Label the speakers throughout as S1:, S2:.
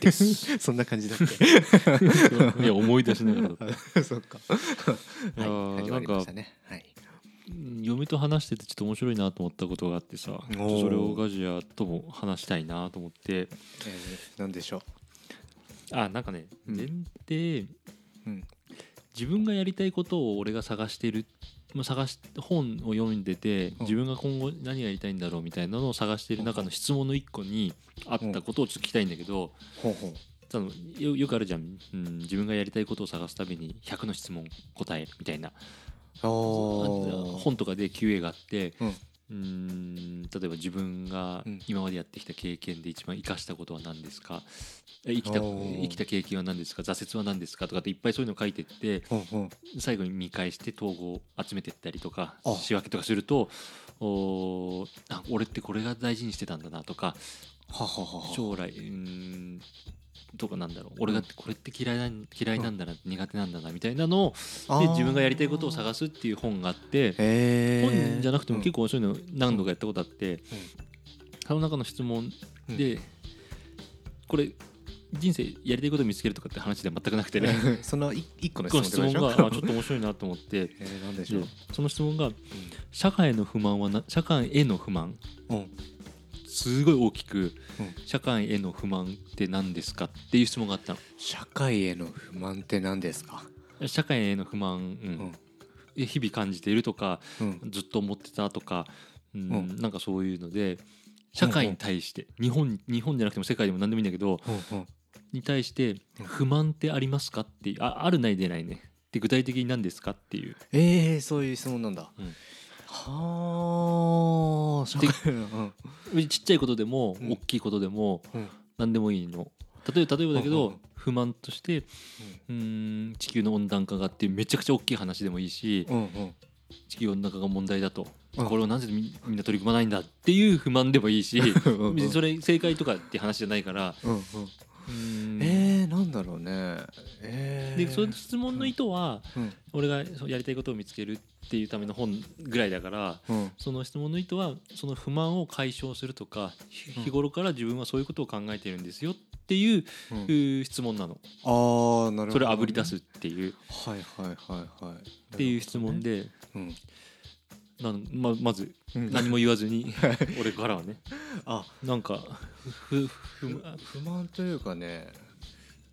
S1: です
S2: そんな感じだっ け
S1: いや思い出しながらだった
S2: あそっか
S1: いや
S2: は
S1: ー
S2: い始まりましたねはい
S1: 嫁と話しててちょっと面白いなと思ったことがあってさ
S2: おー
S1: それをガジアとも話したいなと思って
S2: えーなんでしょ
S1: あなんかね
S2: うん
S1: 前提
S2: ううん
S1: 自分がやりたいことを俺が探してるまあ探し本を読んでて
S2: ん
S1: 自分が今後何がやりたいんだろうみたいなのを探してる中の質問の一個にあったことをちょっと聞きたいんだけど
S2: ほうほう
S1: そのよよくあるじゃん、うん、自分がやりたいことを探すために100の質問答えみたいな
S2: お
S1: 本とかで QA があって、
S2: うん
S1: うん例えば自分が
S2: うん
S1: 今までやってきた経験で一番生かしたことは何ですか、え生きた
S2: おー
S1: 生きた経験は何ですか挫折は何ですかとかっていっぱいそういうの書いてって
S2: ほうほう
S1: 最後に見返して統合を集めてったりとか
S2: あ
S1: 仕分けとかするとおーあ俺ってこれが大事にしてたんだなとか
S2: はははは
S1: 将来うーんとかなんだろう俺がこれって嫌いなん嫌いなんだな、苦手なんだなみたいなのを
S2: あ
S1: で
S2: ー
S1: 自分がやりたいことを探すっていう本があって
S2: へー
S1: 本じゃなくても結構そういうの何度かやったことあって、その中の質問で、これ人生やりたいこと見つけるとかって話では全くなくてね
S2: うん その一一個の
S1: この
S2: 質
S1: 質
S2: 問
S1: 問
S2: って
S1: が
S2: こ
S1: あ
S2: とでし
S1: ちょっと面白いなと思って。
S2: えーなん でしょ
S1: で
S2: う
S1: その質問が社会の不満はな社会への不満
S2: うんうん
S1: すごい大きく、
S2: うん
S1: 社会への不満って何ですかっていう質問があったの
S2: 社会への不満って何ですか
S1: 社会への不満、うん
S2: うん
S1: え日々感じているとか
S2: うん
S1: ずっと思ってたとか、うん
S2: うん
S1: なんかそういうので社会に対して日本日本じゃなくても世界でも何でもいいんだけど
S2: ほうほう
S1: に対して
S2: うん
S1: 不満ってありますかっていうああるないでないねで具体的に何ですかっていう
S2: えーそういう質問なんだ
S1: うん
S2: はあ社会の
S1: ちっちゃいことでも
S2: うん
S1: 大きいことでも
S2: うんうん
S1: 何でもいいの例えば例えばだけ
S2: うんうん
S1: ど
S2: うん
S1: 不満としてうーん地球の温暖化があっていうめちゃくちゃ大きい話でもいいし
S2: うんうん
S1: 地球温暖化が問題だと
S2: うん
S1: これをなぜみみんな取り組まないんだっていう不満でもいいし
S2: うんうん
S1: 別にそれ正解とかって話じゃないから
S2: うんうんえーなんだろうねえー
S1: でその質問の意図は
S2: うん
S1: 俺がそうやりたいことを見つけるっていうための本ぐらいだから
S2: うん
S1: その質問の意図はその不満を解消するとかひ日頃から自分はそういうことを考えてるんですよっていう
S2: うん
S1: うー質問なの
S2: あーなるほどね
S1: それをあぶり出すっていう
S2: はいはいはいはい
S1: っていう質問で
S2: うん
S1: なんままず
S2: うん
S1: 何も言わずに俺からはね
S2: あ
S1: なんかふふふ
S2: 不満というかね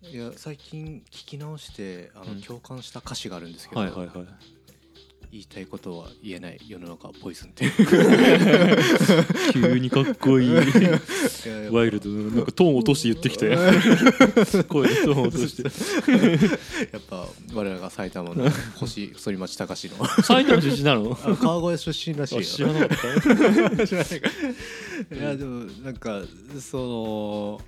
S2: いや最近聞き直してあの、
S1: うん
S2: 共感した歌詞があるんですけど、
S1: はいはいはい
S2: 言いたいことは言えない世の中はポイズンっていう
S1: 急にかっこ いい
S2: いやいや
S1: ワイルドななんかトーン落として言ってきたよ 声でトーン落として
S2: やっぱ我らが埼玉の 星反町隆史の
S1: 埼玉出身な の
S2: あ川越出身らしいよ
S1: あ知らなかった
S2: 知らないか いやでもなんかその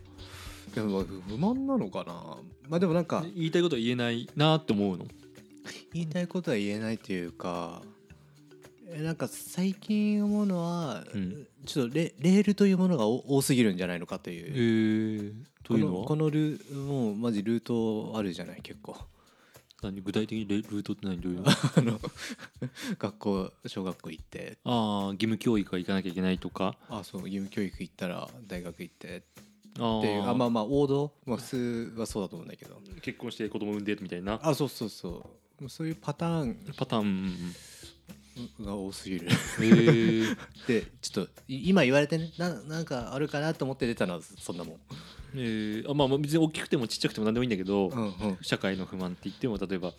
S2: でも不満なのかなまあでもなんか
S1: 言いたいことは言えないなって思うの
S2: 言いたいことは言えないというかえなんか最近思うのは、
S1: うん
S2: ちょっとレレールというものがお多すぎるんじゃないのかという
S1: えー、と
S2: こ
S1: いう
S2: の
S1: のは
S2: このルーもうマジルートあるじゃない結構
S1: 何具体的にレルートって何どういう の
S2: あの学校小学校行って
S1: ああ義務教育は行かなきゃいけないとか
S2: あそう義務教育行ったら大学行って
S1: あー
S2: っていうあまあまあ王道、まあ、普通はそうだと思うんだけど
S1: 結婚して子供産んでみたいな
S2: あそうそうそうもうそういうパターン
S1: パターン うん
S2: が多すぎる
S1: うんへえ
S2: でちょっとい今言われてねななんかあるかなと思って出たのはそんなもん
S1: えーあまあまあ別に大きくてもちっちゃくても何でもいいんだけど、
S2: うんうん
S1: 社会の不満って言っても例えば、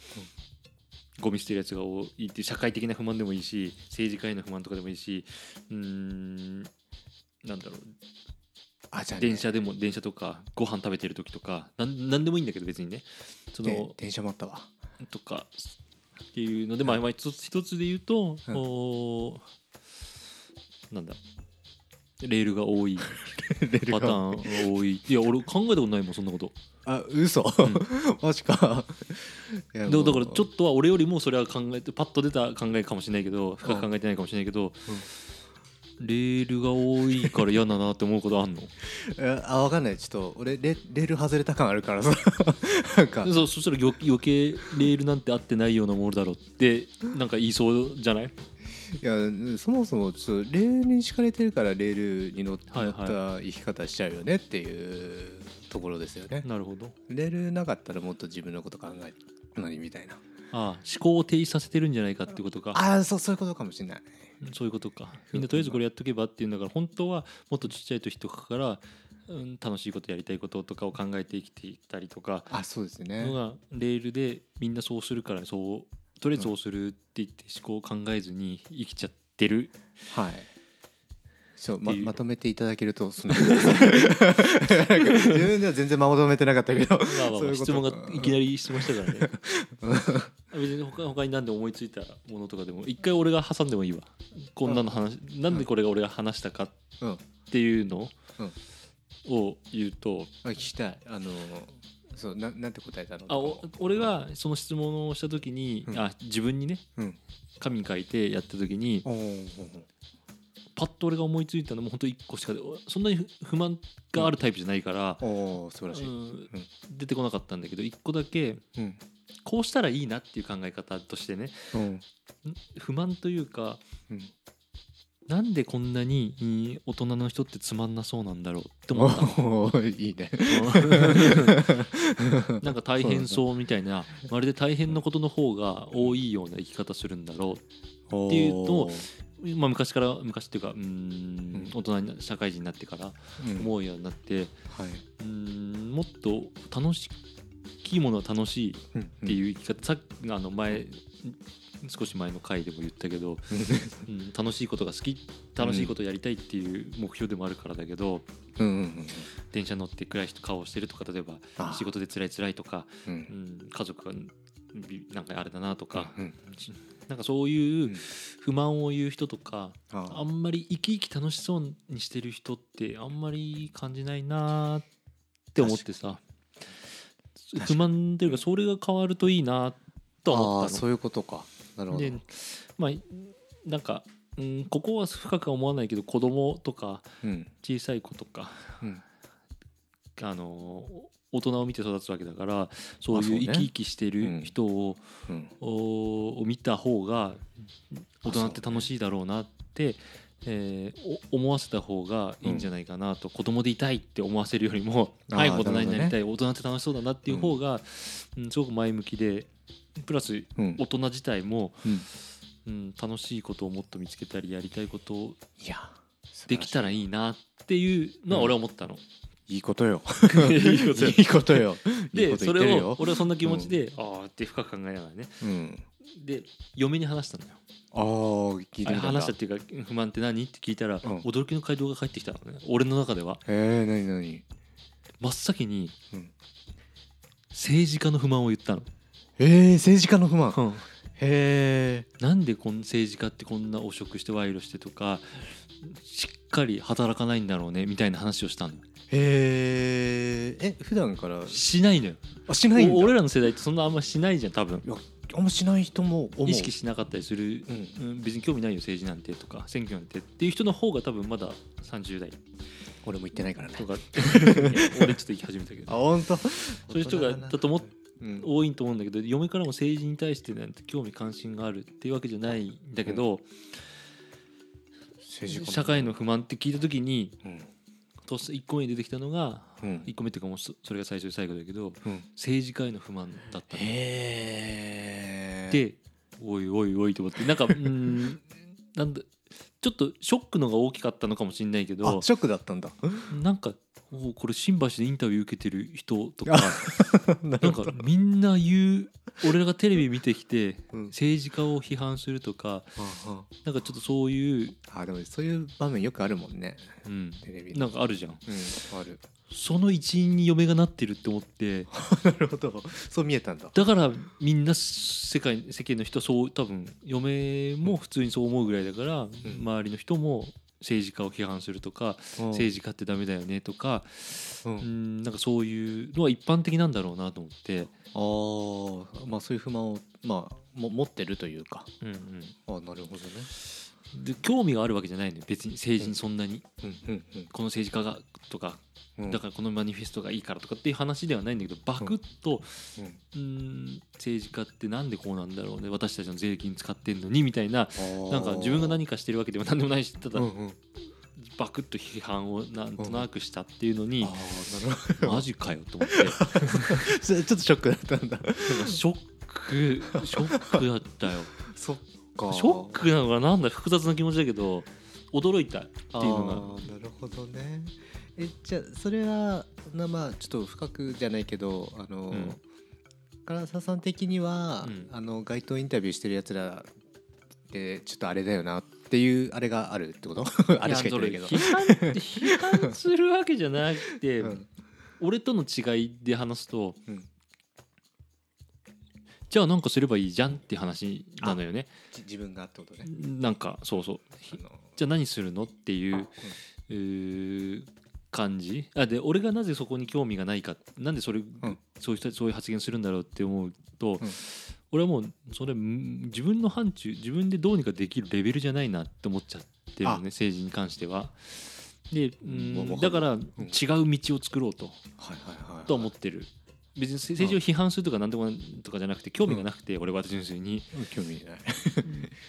S1: ゴミ捨てるやつが多いっていう社会的な不満でもいいし政治家への不満とかでもいいしうーんなんだろう
S2: あじゃあね、
S1: 電車でも電車とかご飯食べてる時とかなんなんでもいいんだけど別にねその、
S2: で電車もあ ったわ
S1: とかっていうので、まあ、まあ一つ一つで言うと、
S2: うん
S1: おーなんだレールが多いパターンが多いいや俺考えたことないもんそんなこと
S2: あ嘘、
S1: ん
S2: マジかいや
S1: だ
S2: もう
S1: だからちょっとは俺よりもそれは考えてパッと出た考えかもしれないけど深く考えてないかもしれないけど、レールが多いから嫌だなって思うことあんの
S2: えあ分かんないちょっと俺レレール外れた感あるからさなんか
S1: そうそしたら余余計レールなんて合ってないようなものだろうってなんか言いそうじゃない
S2: いやそもそもちょっとレールに敷かれてるからレールに乗った
S1: はいは
S2: 生き方しちゃうよねっていうところですよね、
S1: なるほど
S2: レールなかったらもっと自分のこと考えるのにみたいな
S1: ああ思考を停止させてるんじゃないかっていうこと か
S2: ああそうそういうことかもしれない
S1: そういうことかみんなとりあえずこれやっとけばっていうんだから本当はもっとちっちゃい時とかから、うん、楽しいことやりたいこととかを考えて生きていったりとか
S2: あそうですね
S1: のがレールでみんなそうするからそうとりあえずそうするって言って思考を考えずに生きちゃってる
S2: はいそうま
S1: っていう
S2: まとめていただけるとそのなんか自分では全然まとめてなかったけど
S1: まあまあ
S2: そう
S1: まあ
S2: いうこと
S1: 質問がいきなり質問したから ね別に他他に何で思いついたものとかでも一回俺が挟んでもいいわこんなの話なんでこれが俺が話したかっ
S2: うんあ
S1: ていうの
S2: うん
S1: を言うと
S2: 聞きたいあのそうななんて答えたの
S1: あお俺がその質問をした時に
S2: うん
S1: あ自分にね
S2: うん
S1: 紙に書いてやった時に
S2: おーおー
S1: パッと俺が思いついたのも本当1個しかでそんなに不不満があるタイプじゃないから、
S2: おー素晴らし
S1: う
S2: い、
S1: ん出てこなかったんだけど1個だけ
S2: うん
S1: こうしたらいいなっていう考え方としてね
S2: うん
S1: 不満というか
S2: うん、
S1: なんでこんなにうん大人の人ってつまんなそうなんだろうって思 った
S2: おおい いね
S1: うんなんか大変そうみたいなまるで大変なことの方が多いような生き方するんだろ
S2: って
S1: いうとう、まあ、昔から昔っていうかうん
S2: うん
S1: 大人にな社会人になってから思うようになって
S2: はい
S1: うんもっと楽しいものは楽しいっ
S2: うん
S1: ていう生き方、さっきのあの前少し前の回でも言ったけど、うん楽しいことが好き楽しいことやりたいっていう目標でもあるからだけど、
S2: うんうんうん
S1: 電車乗って暗い人顔をしてるとか例えば
S2: あ
S1: 仕事で辛い辛いとか、
S2: う
S1: うんん、家族がびなんかあれだなとか、
S2: うん
S1: なんかそういう
S2: うん
S1: 不満を言う人とか、あ
S2: あ
S1: んまり生き生き楽しそうにしてる人ってあんまり感じないなーって思ってさ
S2: 確かに
S1: 不満というかそれが変わるといいなとは思
S2: あ
S1: っ
S2: ー
S1: た
S2: そ
S1: の。
S2: ういうことかなるほど
S1: でまあなんか、うん、ここは深くは思わないけど子供とか
S2: うん
S1: 小さい子とか
S2: うん
S1: あの大人を見て育つわけだからそう
S2: あそう
S1: いう
S2: ね
S1: 生き生きしてる人を,
S2: うん
S1: お、を見た方が大人って
S2: そうね
S1: 楽しいだろうなって、えーお思わせた方がいいんじゃないかなと、子供でいたいって思わせるよりも
S2: あー
S1: 早く大人
S2: な
S1: に
S2: るほ
S1: な
S2: どね
S1: りたい、大人って楽しそうだなっていう方が、うんすごく前向きでプラス
S2: うん
S1: 大人自体も、
S2: うん
S1: うん、楽しいことをもっと見つけたりやりたいことを
S2: いや
S1: できた
S2: ら
S1: らいいなっていうのは俺は思ったの。
S2: いいことよ
S1: いいことよ
S2: いいことよ いい
S1: で
S2: こと
S1: そ
S2: 言ってる
S1: れを
S2: よ
S1: 俺はそんな気持ちで、ああって深く考えながらね
S2: うん
S1: で嫁に話したのよ
S2: ああ聞
S1: あ
S2: いて
S1: れ
S2: みたん
S1: 話
S2: だ
S1: したっていうか不満って何って聞いたら、
S2: ん
S1: 驚きの回答が返ってきたのね俺の中では
S2: えーなになに
S1: 真っ先に、
S2: うん
S1: 政治家の不満を言ったの、
S2: えー政治家の不満へえ
S1: なんでこん政治家ってこんな汚職して賄賂してとかしっかり働かないんだろうねみたいな話をしたの
S2: へええ普段から
S1: しないのよ
S2: あしないんだ
S1: お俺らの世代ってそんなあんましないじゃん多分
S2: あんましない人も思う
S1: 意識しなかったりする
S2: うん
S1: うん、別に興味ないよ政治なんてとか選挙なんてっていう人の方が多分まだ30代
S2: 俺も言ってない からね
S1: とかいや俺ちょっと言い始めたけ
S2: あ
S1: ど
S2: 本当そ
S1: そういう人がだと思っ
S2: うん
S1: 多いと思うんだけど嫁からも政治に対してなんて興味関心があるっていうわけじゃないんだけど、
S2: 政治家
S1: 社会の不満って聞いた時に
S2: うん
S1: と1個目に出てきたのが
S2: うん
S1: 1個目っていうかもうそそれが最初で最後だけど
S2: うん
S1: 政治家への不満だったの。
S2: へえ
S1: でおいおいおいと思ってなんかうーんなんだちょっとショックのが大きかったのかもしれないけど
S2: あショックだったんだ
S1: なんかおうこれ新橋でインタビュー受けてる人とか
S2: な
S1: なんかみんな言う俺らがテレビ見てきて
S2: うん
S1: 政治家を批判するとかなんかちょっとそういう、
S2: あでもそういう場面よくあるもんね
S1: うん、
S2: テレビ
S1: なんかあるじゃん
S2: うんある
S1: その一員に嫁がなってるって思って
S2: なるほどそう見えたんだ
S1: だからみんな世界世間の人はそう多分嫁も普通にそう思うぐらいだから、周りの人も政治家を批判するとか
S2: 政
S1: 政治家ってダメだよねとか、
S2: 治うん
S1: うん、なんかそういうのは一般的なんだろうなと思って。
S2: ああまあそういう不満をまあも持ってるというか
S1: うんうん
S2: あなるほどね
S1: で興味があるわけじゃないのよ別に政治にそんなに、
S2: うんうん
S1: この政治家がとか
S2: うん
S1: だからこのマニフェストがいいからとかっていう話ではないんだけどバクッと、
S2: うん
S1: うーん、政治家ってなんでこうなんだろうね私たちの税金使ってんのにみたいななんか自分が何かしてるわけでも何でもないしただ
S2: うんうん、
S1: バクッと批判をなんとなくしたっていうのに
S2: ああなる ほ
S1: マジかよと思ってなんか
S2: ど ちょちょっとショックだったんだ
S1: ショ ックショックだったよ
S2: そっか
S1: ショックなのかなんだ複雑な気持ちだけど驚いたっていうの
S2: あーなるほどねえじゃあそれはなまあちょっと深くじゃないけどあの、
S1: うん
S2: 唐沢さん的には、
S1: うん
S2: あの街頭インタビューしてるやつらってちょっとあれだよなっていうあれがあるってこと
S1: が
S2: あれしか言ってないけど
S1: いやそれ批判批判するわけじゃなくて、
S2: うん
S1: 俺との違いで話すと
S2: うん
S1: じゃあなんかすればいいじゃんって話なのよね
S2: じ自分がってことね
S1: なんかそうそうひ
S2: あの
S1: じゃあ何するのっていう
S2: うん
S1: うー感じあで俺がなぜそこに興味がないかなんでそれ、
S2: ん
S1: そういう人そういう発言するんだろうって思うと、
S2: うん
S1: 俺はもうそれん自分の範疇自分でどうにかできるレベルじゃないなって思っちゃってるの
S2: あ
S1: ね政治に関しては。でうん
S2: わわかる
S1: だから違
S2: ん
S1: う道を作ろうと,、
S2: はいはいはい、はい、
S1: とは思ってる別に政治を批判するとか何でもなんとかじゃなくて興味がなくて、俺は純粋に。
S2: うん興味ない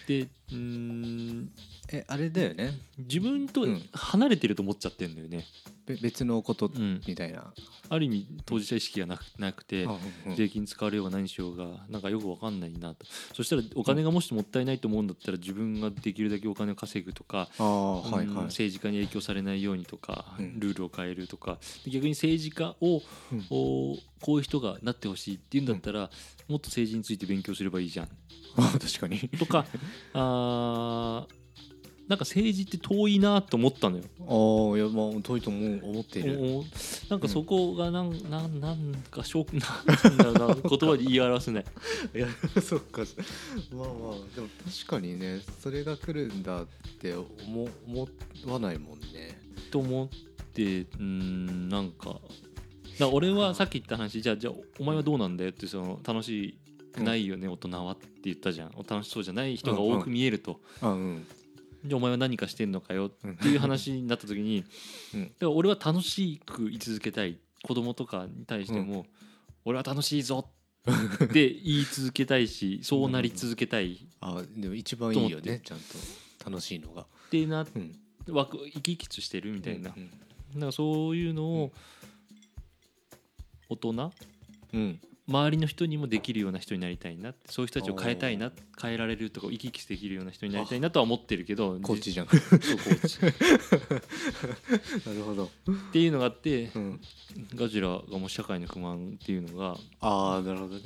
S1: でうん
S2: えあれだよね
S1: 自分と
S2: うん
S1: 離れてると思っちゃってるんだよね。
S2: べ別のこと
S1: うん
S2: みたいな、
S1: ある意味当事者意識がなくなくて
S2: あうん
S1: 税金使われようが何しようがなんかよくわかんないなとそしたらお金がもしもったいないと思うんだったら自分ができるだけお金を稼ぐとか、
S2: ああはい
S1: うん
S2: はい、
S1: 政治家に影響されないようにとか
S2: うん
S1: ルールを変えるとかで逆に政治家を
S2: うん
S1: おこういう人がなってほしいっていうんだったらもっと政治について勉強すればいいじゃん
S2: あー 確かに
S1: とかあーなんか政治って遠いなと思ったのよ。
S2: ああいやまあ遠いと思う思っている
S1: おおなんかそこがなん、なんなんかショック なんだろうな言葉で言い表せない。
S2: いや そっかまあまあでも確かにねそれが来るんだって思思わないもんね
S1: と思ってうんなんかだから俺はさっき言った話じゃあじゃあお前はどうなんだよってその楽しくないよね、大人はって言ったじゃんお楽しそうじゃない人が多く見えると、
S2: あうん
S1: じゃあお前は何かしてんのかよ
S2: うん
S1: っていう話になった時に、
S2: うん
S1: だから俺は楽しく居続けたい子供とかに対しても、俺は楽しいぞって言い続けたいしそうなり続けたいっ
S2: あでも一番いいよ
S1: と思っ
S2: ねちゃんと楽しいのが
S1: てな
S2: うん
S1: わく生き生きとしてるみ
S2: み
S1: たいな,、
S2: うん
S1: なんかそういうのを大人
S2: うん
S1: 周りの人にもできるような人になりたいなってそういう人たちを変えたいな変えられるとか生き生きできるような人になりたいなとは思ってるけど
S2: コーチじゃん
S1: 実そうコ ーチっ
S2: なるほど、
S1: ていうのがあって
S2: うん、
S1: ガジラがもう社会の不満っていうのが
S2: ああなるほどね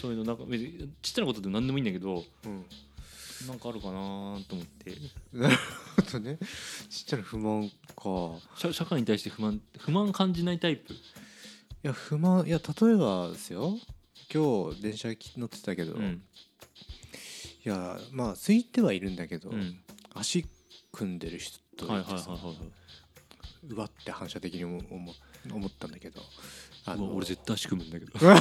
S1: そういうのなんか別にちっちゃなことでも何でもいいんだけど
S2: うん
S1: なんかあるかなと思って
S2: なるほどねちっちゃな不満か
S1: 社社会に対して不満不満感じないタイプ
S2: いや不満いや例えばですよ今日電車乗ってたけど、
S1: うん
S2: いやまあ空いてはいるんだけど、
S1: うん
S2: 足組んでる人と
S1: はいい
S2: て
S1: はいはい
S2: さ
S1: は
S2: うわって反射的に思思思ったんだけどあ
S1: いはい俺絶対仕組むんだけど
S2: マ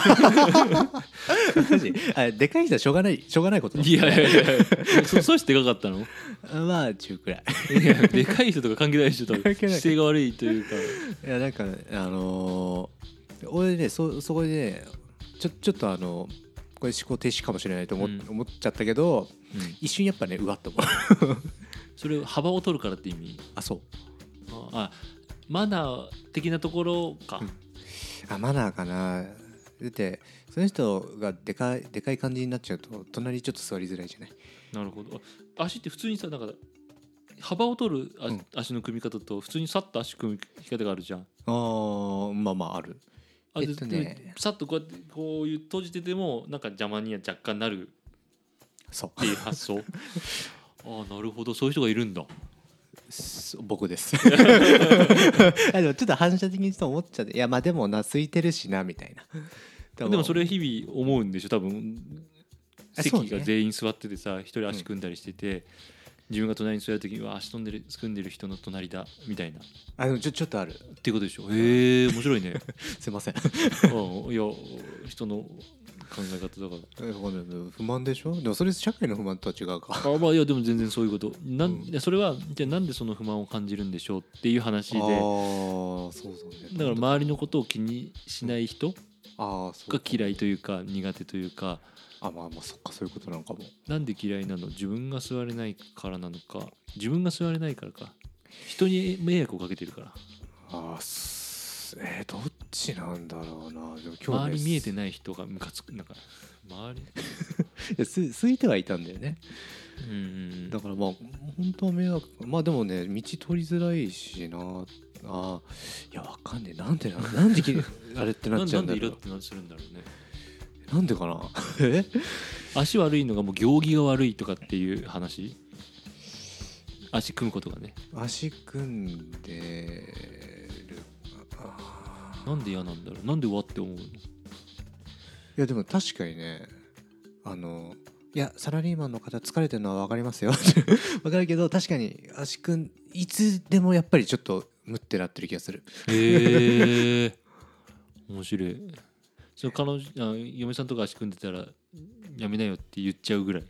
S2: ジ あでかい人はしょうがないしょうがないことだ
S1: いやいやいやいやそそうしてでかかったの
S2: あまあ中くらい
S1: いやでかい人とか関係ない人と
S2: 関係ない
S1: 姿勢が悪いというか
S2: いやなんかあのー俺ねそそこでねちょちょっとあのこれ思考停止かもしれないと思,、
S1: うん
S2: 思っちゃったけど一瞬やっぱ ねうわっと思う
S1: それ幅を取るからって意味
S2: あそう
S1: ああマナー的なところか、
S2: うんあマナーかなだってその人がでかいでかい感じになっちゃうと隣ちょっと座りづらいじゃない
S1: なるほどあ足って普通にさなんか幅を取る足,、
S2: うん
S1: 足の組み方と普通にさっと足組む組み方があるじゃん
S2: あーまあまあある
S1: あ
S2: えっとね
S1: でさっとこうやってこういう閉じててもなんか邪魔には若干なる
S2: そう
S1: っていう発 想ああなるほどそういう人がいるんだ
S2: す僕です あでもちょっと反射的にちょっと思っちゃっていやまあでもな空いてるしなみたいな
S1: でもそれ日々思うんでしょ多分
S2: あそう
S1: 席
S2: ね
S1: が全員座っててさ一人足組んだりしてて、自分が隣に座る時は足組んでる組んでる人の隣だみたいなっ
S2: あでもちょちょっとある
S1: ていうことでしょへえ面白いね
S2: すいません
S1: うんいや人の考え方だか
S2: えわかんない不満でしょでもそれ社会の不満とは違うか
S1: らあまあいやでも全然そういうことなん、
S2: うん
S1: いやそれはじゃあなんでその不満を感じるんでしょうっていう話
S2: ああ
S1: で
S2: そうだね
S1: だから周りのことを気にしない人
S2: ああそう
S1: が嫌いというか苦手というか
S2: あまあまあそっかそういうことなのかも
S1: なんで嫌いなの自分が座れないからなのか自分が座れないからか人に迷惑をかけてるから
S2: ああすえー、どっちなんだろうなでも今日、ね、
S1: 周り見えてない人がムカつくなんか周り
S2: いやす空いてはいたんだよね
S1: うんうん
S2: だからまあ本当は迷惑まあでもね道通りづらいしなあーいやわかんねえなんでななん できあれってなっちゃうんだ
S1: なんでイ
S2: ろ
S1: ラ
S2: う
S1: ってなするんだろうね
S2: なんでかな え
S1: 足悪いのがもう行儀が悪いとかっていう話足組むことがね
S2: 足組んでるあー
S1: なんで嫌なんだろうなんでわって思うの
S2: いやでも確かにねあのいやサラリーマンの方疲れてるのは分かりますよ 分かるけど確かに足くんいつでもやっぱりちょっとムってなってる気がする
S1: へえ 面白いその彼女あ嫁さんとか足組んでたらやめなよって言っちゃうぐらいへ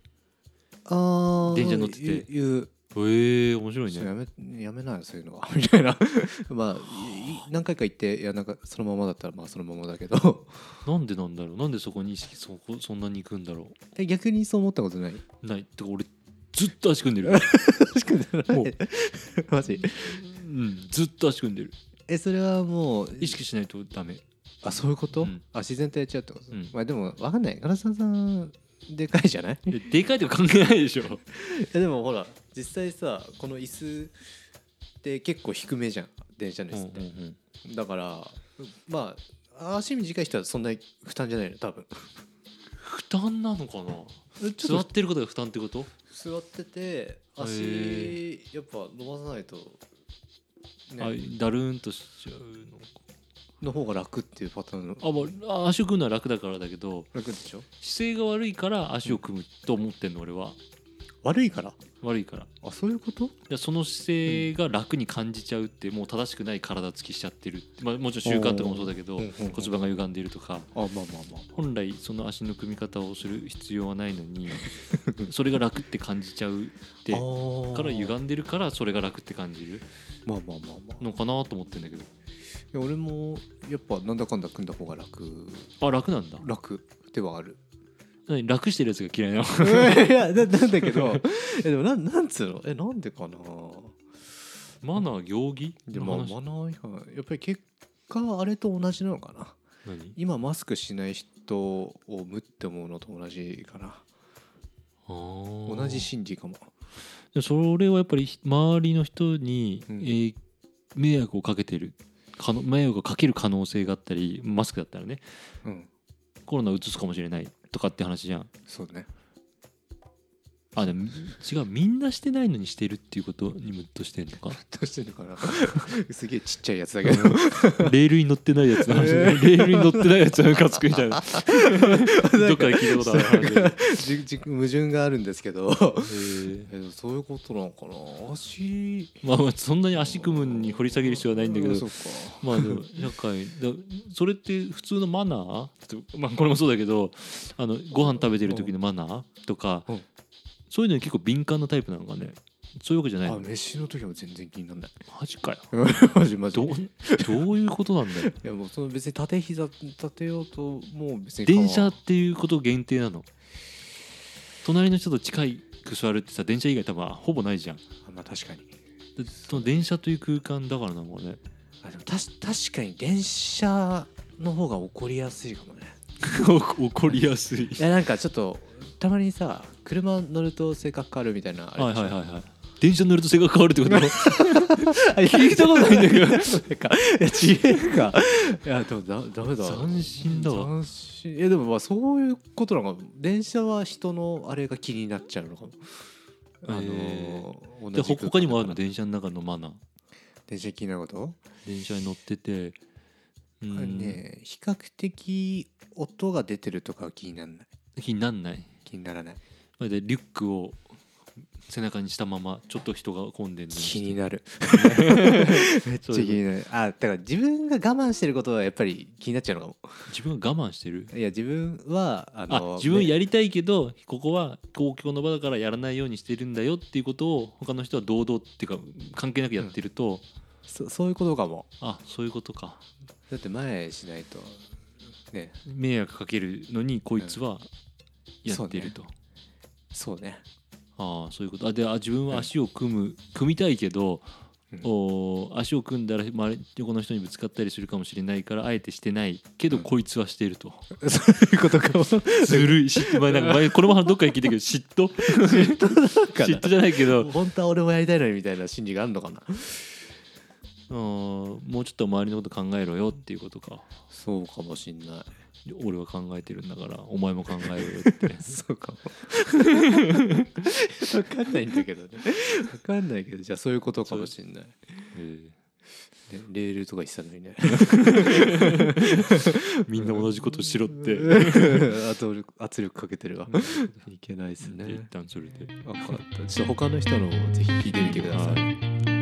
S2: あ
S1: 電車乗ってて
S2: いう言う
S1: え面白い
S2: ちょっ
S1: ね
S2: とやめやめなよそういうのは みたいなまあい何回か行っていやなんかそのままだったらまあそのままだけど
S1: なんでなんだろうなんでそこに意識そこそんなに行くんだろ
S2: え逆にそう思ったことない
S1: うないってか俺ずっと足組んでる
S2: 確かに
S1: もう
S2: マジ
S1: うんずっと足組んでる
S2: えそれはもう
S1: 意識しないとダメ
S2: あそういうこと、
S1: うん
S2: あ自然とやっちゃうってこと、
S1: うん
S2: まあでも分かんない唐沢さんでかいじゃ ない
S1: えでかいとか関係 ないでしょ
S2: いやでもほら実際さこの椅子って結構低めじゃん電車の椅子って、だからまあ足短い人はそんなに負担じゃないの多分
S1: 負担なのかな
S2: ち
S1: 座
S2: ょ
S1: っ
S2: っ
S1: てることが負担ってこと
S2: と座ってて
S1: へ
S2: 足やっぱ伸ばさないと、
S1: あ
S2: ね、
S1: だるーんとしちゃうのか
S2: の方が楽っていうパターンの
S1: あ、まあ、足を組むのは楽だからだけど
S2: 楽でしょ
S1: 姿勢が悪いから足を組むと思ってんの俺は
S2: 悪いから
S1: 悪いからい
S2: あそういうこと
S1: やその姿勢が楽に感じちゃうってもう正しくない体つきしちゃってるって、まあ、もちろん習慣とかもそうだけど
S2: うんうんうん
S1: 骨盤が歪んでいるとか
S2: あまあまあまあ
S1: 本来その足の組み方をする必要はないの にそれが楽って感じちゃうって
S2: まあ
S1: から
S2: まあ
S1: 歪んでるからそれが楽って感じる
S2: まあまあまあ
S1: のかなと思ってんだけど
S2: いや俺もやっぱなんだかんだ組んだ方が楽
S1: あ楽なんだ
S2: 楽ではある
S1: 何楽してるやつが嫌いなの
S2: いやななんだけど えでもなんなんつうのえなんでかな
S1: マナー行儀
S2: でも
S1: の話
S2: マナー違反やっぱり結果はあれと同じなのかな
S1: 何
S2: 今マスクしない人を無って思うのと同じかな同
S1: 同
S2: じ心理かも
S1: でもそれはやっぱり周りの人に、
S2: うん
S1: えー迷惑をかけてる可能迷惑をかける可能性があったりマスクだったらね
S2: うん
S1: コロナうつすかもしれないとかって話じゃん
S2: そうね
S1: あでも違うみんなしてないのにしてるっていうことにムッとしてんのか
S2: どうしてんのか なすげえちっちゃいやつだけど
S1: レールに乗ってないやつの話、
S2: えー
S1: レールに乗ってないやつはムカつくみたいなどっかで聞いたことある話だよね
S2: じじ矛盾があるんですけど
S1: えー
S2: えでもそういうことなのかな足
S1: まあまあそんなに足組むに掘り下げる必要はないんだけど
S2: うそっか
S1: まあでも社会だそれって普通のマナーちょっとまあこれもそうだけどあのご飯食べてる時のマナーとか
S2: うん
S1: そういうのに結構敏感なタイプなのかねそういうわけじゃない
S2: あ
S1: の
S2: 飯の時は全然気にならない
S1: マジかよ
S2: マジマジ
S1: どうどういうことなんだよ
S2: いやもうその別に縦膝立てようともう別に構わん
S1: 電車っていうこと限定なの隣の人と近いく座るってさ電車以外多分ほぼないじゃん
S2: あまあ確かに
S1: でその電車という空間だからなのか ね
S2: あでもたし確かに電車の方が怒りやすいかも ね
S1: 怒りやすい
S2: いやなんかちょっとたまにさ車乗ると性格変わるみたいなあ れ
S1: はいはいはいはい電車に乗ると性格変わるってこと聞いたことないんだけど
S2: なんかいや違うかいやでもだダメだ
S1: 斬新だわ
S2: 斬新いやでもまあそういうことなのかも電車は人のあれが気になっちゃうのかもあの
S1: へー
S2: 同じ
S1: でほ
S2: 空間
S1: 他にもある
S2: だ
S1: の
S2: から
S1: 電車の中のマナー
S2: 電車気になること
S1: 電車に乗っててう
S2: あれ
S1: ん、
S2: ね比較的音が出てるとかは気にならない
S1: 気になんない
S2: 気にならない
S1: でリュックを背中にしたままちょっと人が混んでるの
S2: 気
S1: に
S2: になるめっち
S1: そ
S2: ゃ
S1: う
S2: 気
S1: いう
S2: になるあだから自分が我慢してることはやっぱり気になっちゃうのかも
S1: 自分は我慢してる
S2: いや自分はあ
S1: あ
S2: の
S1: 自分
S2: ね
S1: やりたいけどここは公共の場だからやらないようにしてるんだよっていうことを他の人は堂々っていうか関係なくやってると、
S2: そそういうことかも
S1: あそういうことか
S2: だって前しないとね
S1: 迷惑かけるのにこいつはやってると、
S2: そうね
S1: ああそういうことあであ自分は足を組む、組みたいけど、
S2: うん
S1: おー足を組んだら周り横の人にぶつかったりするかもしれないからあえてしてないけど、
S2: うん
S1: こいつはしてると
S2: そういうことかも
S1: ずるい嫉妬前なんか前これもどっかで聞いたけど嫉 妬嫉妬嫉妬じゃないけど
S2: 本当は俺もやりたいのにみたいな心理があるのかな
S1: うんもうちょっと周りのこと考えろよっていうことか
S2: そうかもしんない
S1: 俺は考えてるんだからお前も考えろよって
S2: そう かもわかんないんだけどねわかんないけどじゃあそういうことかもしんない
S1: え
S2: ねレールとか一切ないね
S1: えみんな同じことしろって
S2: 圧力圧力かけてるわいけないです
S1: で一
S2: ね
S1: 旦それで。
S2: 分かったちょっと他の人のもぜひ聞いてみてください
S1: は